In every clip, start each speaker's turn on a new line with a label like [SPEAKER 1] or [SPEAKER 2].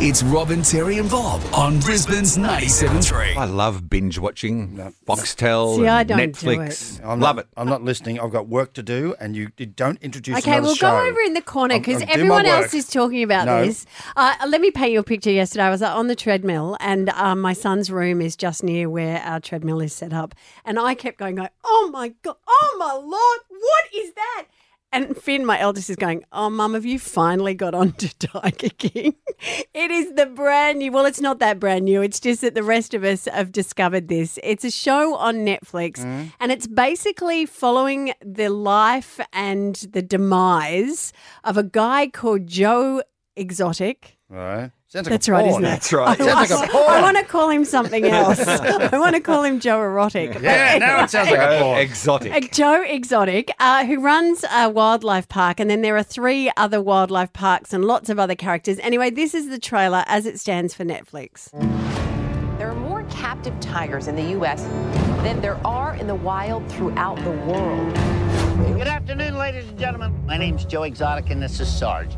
[SPEAKER 1] It's Robin, Terry, and Bob on Brisbane's 97.3.
[SPEAKER 2] I love binge watching Foxtel,
[SPEAKER 3] See, I
[SPEAKER 2] and
[SPEAKER 3] don't do
[SPEAKER 2] Netflix.
[SPEAKER 3] it.
[SPEAKER 2] I
[SPEAKER 4] I'm
[SPEAKER 2] love
[SPEAKER 4] not,
[SPEAKER 2] it.
[SPEAKER 4] I'm not listening. I've got work to do, and you, you don't introduce
[SPEAKER 3] Okay,
[SPEAKER 4] another
[SPEAKER 3] we'll
[SPEAKER 4] show.
[SPEAKER 3] go over in the corner
[SPEAKER 4] I'm-
[SPEAKER 3] because
[SPEAKER 4] I'm doing my
[SPEAKER 3] everyone else
[SPEAKER 4] work.
[SPEAKER 3] is talking about
[SPEAKER 4] No.
[SPEAKER 3] this. Uh, let me paint you a picture. Yesterday, I was uh, on the treadmill, and um, my son's room is just near where our treadmill is set up. And I kept going, going, "Oh my god! Oh my lord! What is that?" And Finn, my eldest, is going, "Oh, mum, have you finally got onto Tiger King? it is the brand new. Well, it's not that brand new. It's just that the rest of us have discovered this. It's a show on Netflix,
[SPEAKER 4] Mm.
[SPEAKER 3] and it's basically following the life and the demise of a guy called Joe Exotic.
[SPEAKER 4] All right. Sounds like
[SPEAKER 3] That's
[SPEAKER 4] a
[SPEAKER 3] right,
[SPEAKER 4] porn.
[SPEAKER 3] isn't it?
[SPEAKER 2] That's right.
[SPEAKER 4] Sounds like a porn.
[SPEAKER 3] I want to call him something else. I want to call him Joe Erotic.
[SPEAKER 4] Yeah, now it sounds like a
[SPEAKER 2] Uh,
[SPEAKER 4] porn.
[SPEAKER 2] exotic.
[SPEAKER 3] Uh, Joe Exotic, uh, who runs a wildlife park, and then there are three other wildlife parks and lots of other characters. Anyway, this is the trailer as it stands for Netflix.
[SPEAKER 5] There are more captive tigers in the U.S. than there are in the wild throughout the world.
[SPEAKER 6] Good afternoon, ladies and gentlemen. My name's Joe Exotic, and this is Sarge.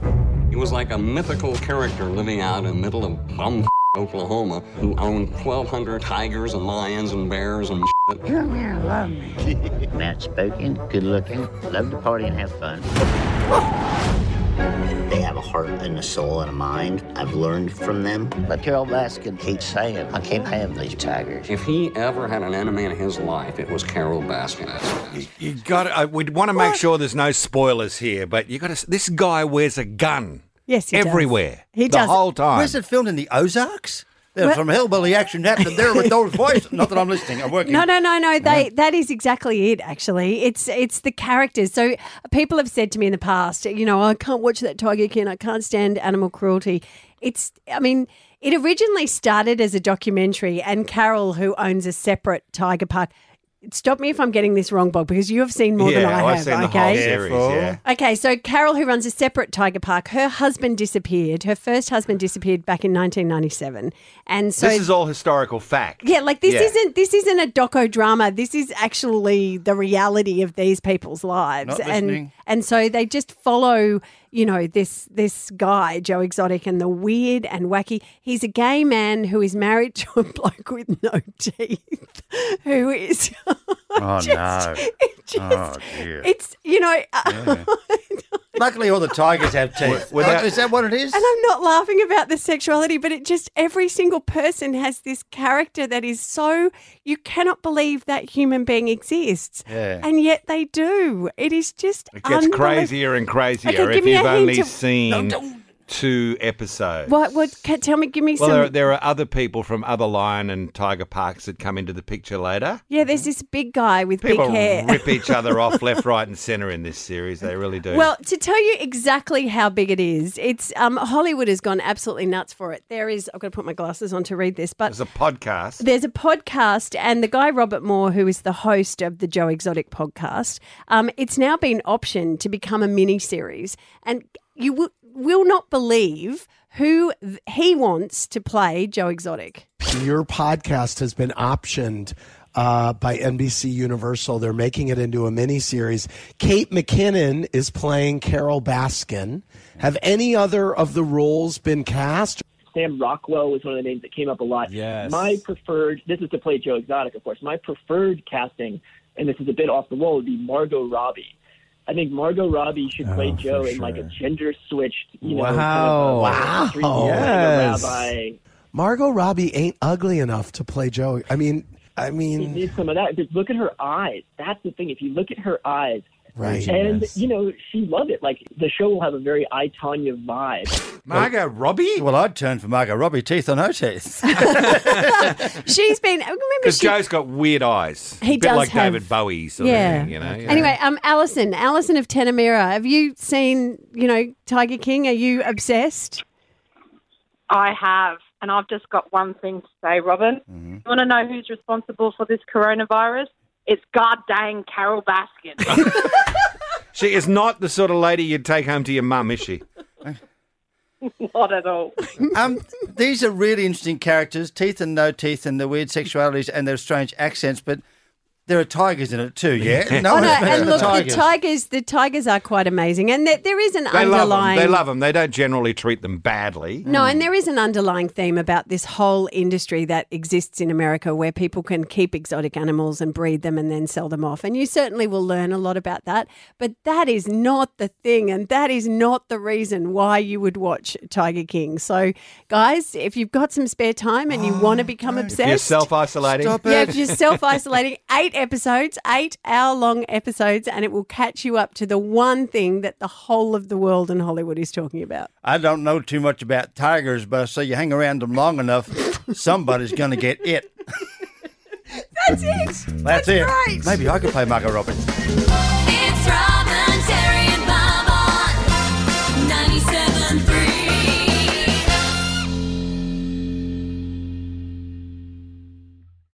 [SPEAKER 7] He was like a mythical character living out in the middle of bum Oklahoma who owned 1,200 tigers and lions and bears and shit.
[SPEAKER 6] Outspoken, good looking, love to party and have fun. They have a heart and a soul and a mind. I've learned from them. But Carol Baskin keeps saying, I can't have these tigers.
[SPEAKER 7] If he ever had an enemy in his life, it was Carol Baskin.
[SPEAKER 2] You got. I would want to make sure there's no spoilers here, but you got to. This guy wears a gun.
[SPEAKER 3] Yes, he does.
[SPEAKER 2] everywhere.
[SPEAKER 3] He
[SPEAKER 2] the
[SPEAKER 3] does.
[SPEAKER 2] whole time.
[SPEAKER 4] Where's it filmed in the Ozarks? They're
[SPEAKER 3] Well-
[SPEAKER 4] from Hillbilly Action Happened there with those voices. Not that I'm listening. I'm working.
[SPEAKER 3] No, no, no, no. They that is exactly it. Actually, it's it's the characters. So people have said to me in the past, you know, I can't watch that Tiger King. I can't stand animal cruelty. It's, I mean, it originally started as a documentary, and Carol, who owns a separate tiger park. Stop me if I'm getting this wrong, Bob, because you have seen more
[SPEAKER 2] yeah,
[SPEAKER 3] than I have.
[SPEAKER 2] have seen the
[SPEAKER 3] okay.
[SPEAKER 2] whole series.
[SPEAKER 4] Careful.
[SPEAKER 2] Yeah.
[SPEAKER 3] Okay, so Carol, who runs a separate tiger park, her husband disappeared. Her first husband disappeared back in 1997, and so
[SPEAKER 2] this is all historical fact.
[SPEAKER 3] yeah, like this
[SPEAKER 2] Yeah.
[SPEAKER 3] isn't this isn't a doco drama. This is actually the reality of these people's lives,
[SPEAKER 4] Not
[SPEAKER 3] and
[SPEAKER 4] listening.
[SPEAKER 3] and so they just follow, you know, this this guy Joe Exotic and the weird and wacky. He's a gay man who is married to a bloke with no teeth, who is
[SPEAKER 4] Oh,
[SPEAKER 3] just,
[SPEAKER 4] no.
[SPEAKER 3] it just
[SPEAKER 4] Oh, dear.
[SPEAKER 3] it's you know. uh,
[SPEAKER 4] Luckily, all the tigers have teeth.
[SPEAKER 2] without-
[SPEAKER 4] Like, is that what it is?
[SPEAKER 3] And I'm not laughing about the sexuality, but it just every single person has this character that is so you cannot believe that human being exists.
[SPEAKER 4] Yeah.
[SPEAKER 3] And yet they do. It is just
[SPEAKER 2] It gets
[SPEAKER 3] unbelie-
[SPEAKER 2] crazier and crazier
[SPEAKER 3] Okay, give
[SPEAKER 2] if
[SPEAKER 3] me a
[SPEAKER 2] you've
[SPEAKER 3] hint
[SPEAKER 2] only
[SPEAKER 3] of-
[SPEAKER 2] seen two episodes.
[SPEAKER 3] What what ca- tell me give me
[SPEAKER 2] Well,
[SPEAKER 3] some
[SPEAKER 2] there, are- there are other people from other lion and tiger parks that come into the picture later.
[SPEAKER 3] Yeah, there's this big guy with
[SPEAKER 2] People
[SPEAKER 3] big hair.
[SPEAKER 2] rip each other off left, right, and centre in this series. They really do.
[SPEAKER 3] Well, to tell you exactly how big it is, it's um, Hollywood has gone absolutely nuts for it. There is, I've got to put my glasses on to read this, but
[SPEAKER 2] there's a podcast.
[SPEAKER 3] There's a podcast, and the guy Robert Moore, who is the host of the Joe Exotic podcast, um, it's now been optioned to become a mini series, and you w- will not believe who th- he wants to play Joe Exotic.
[SPEAKER 8] Your podcast has been optioned uh, by NBC Universal. They're making it into a miniseries. Kate McKinnon is playing Carol Baskin. Have any other of the roles been cast?
[SPEAKER 9] Sam Rockwell was one of the names that came up a lot.
[SPEAKER 2] Yes.
[SPEAKER 9] My preferred, this is to play Joe Exotic, of course. My preferred casting, and this is a bit off the wall, would be Margot Robbie. I think Margot Robbie should play Joe in like a gender switched, you know,
[SPEAKER 8] Oh, Wow.
[SPEAKER 9] kind of a, wow.
[SPEAKER 8] Yes.
[SPEAKER 9] rabbi.
[SPEAKER 8] Margot Robbie ain't ugly enough to play Joe. I mean, I
[SPEAKER 9] She
[SPEAKER 8] mean,
[SPEAKER 9] needs some of that. Just look at her eyes. That's the thing. If you look at her eyes,
[SPEAKER 8] right.
[SPEAKER 9] and you know, she loved it. Like the show will have a very I Tanya vibe.
[SPEAKER 2] Margot Robbie?
[SPEAKER 4] well, I'd turn for Margot Robbie, teeth or no teeth.
[SPEAKER 3] She's been, remember,
[SPEAKER 2] Because
[SPEAKER 3] she,
[SPEAKER 2] Joe's got weird eyes.
[SPEAKER 3] He
[SPEAKER 2] a bit
[SPEAKER 3] does
[SPEAKER 2] like
[SPEAKER 3] have-
[SPEAKER 2] David Bowie, sort
[SPEAKER 3] Yeah.
[SPEAKER 2] of thing, you know. yeah.
[SPEAKER 3] Anyway, um, Alison, Alison of Tenamira, have you seen, you know, Tiger King? Are you obsessed?
[SPEAKER 10] I have. And I've just got one thing to say, Robin. You want to know who's responsible for this coronavirus? It's god dang Carol Baskin.
[SPEAKER 2] She is not the sort of lady you'd take home to your mum, is she?
[SPEAKER 10] Not at all.
[SPEAKER 4] Um, these are really interesting characters, teeth and no teeth, and the weird sexualities and their strange accents. But There are tigers in it too. Yeah.
[SPEAKER 3] Oh, no,
[SPEAKER 4] it's better
[SPEAKER 3] and
[SPEAKER 4] than
[SPEAKER 3] look, the tigers, the tigers are quite amazing, and there, there is an
[SPEAKER 2] They love them.
[SPEAKER 3] underlying.
[SPEAKER 2] They love them. They don't generally treat them badly.
[SPEAKER 3] No, and there is an underlying theme about this whole industry that exists in America where people can keep exotic animals and breed them and then sell them off. And you certainly will learn a lot about that. But that is not the thing. And that is not the reason why you would watch Tiger King. So, guys, if you've got some spare time and you want to become
[SPEAKER 2] If
[SPEAKER 3] obsessed,
[SPEAKER 2] you're self isolating.
[SPEAKER 3] yeah, if you're self isolating, eight episodes, eight hour long episodes, and it will catch you up to the one thing that the whole of the world and Hollywood is talking about.
[SPEAKER 4] I don't know too much about tigers, but I say you hang around them long enough, somebody's going to get it.
[SPEAKER 3] That's it.
[SPEAKER 4] That's, it.
[SPEAKER 3] right.
[SPEAKER 4] Maybe I could play Margot Robbins.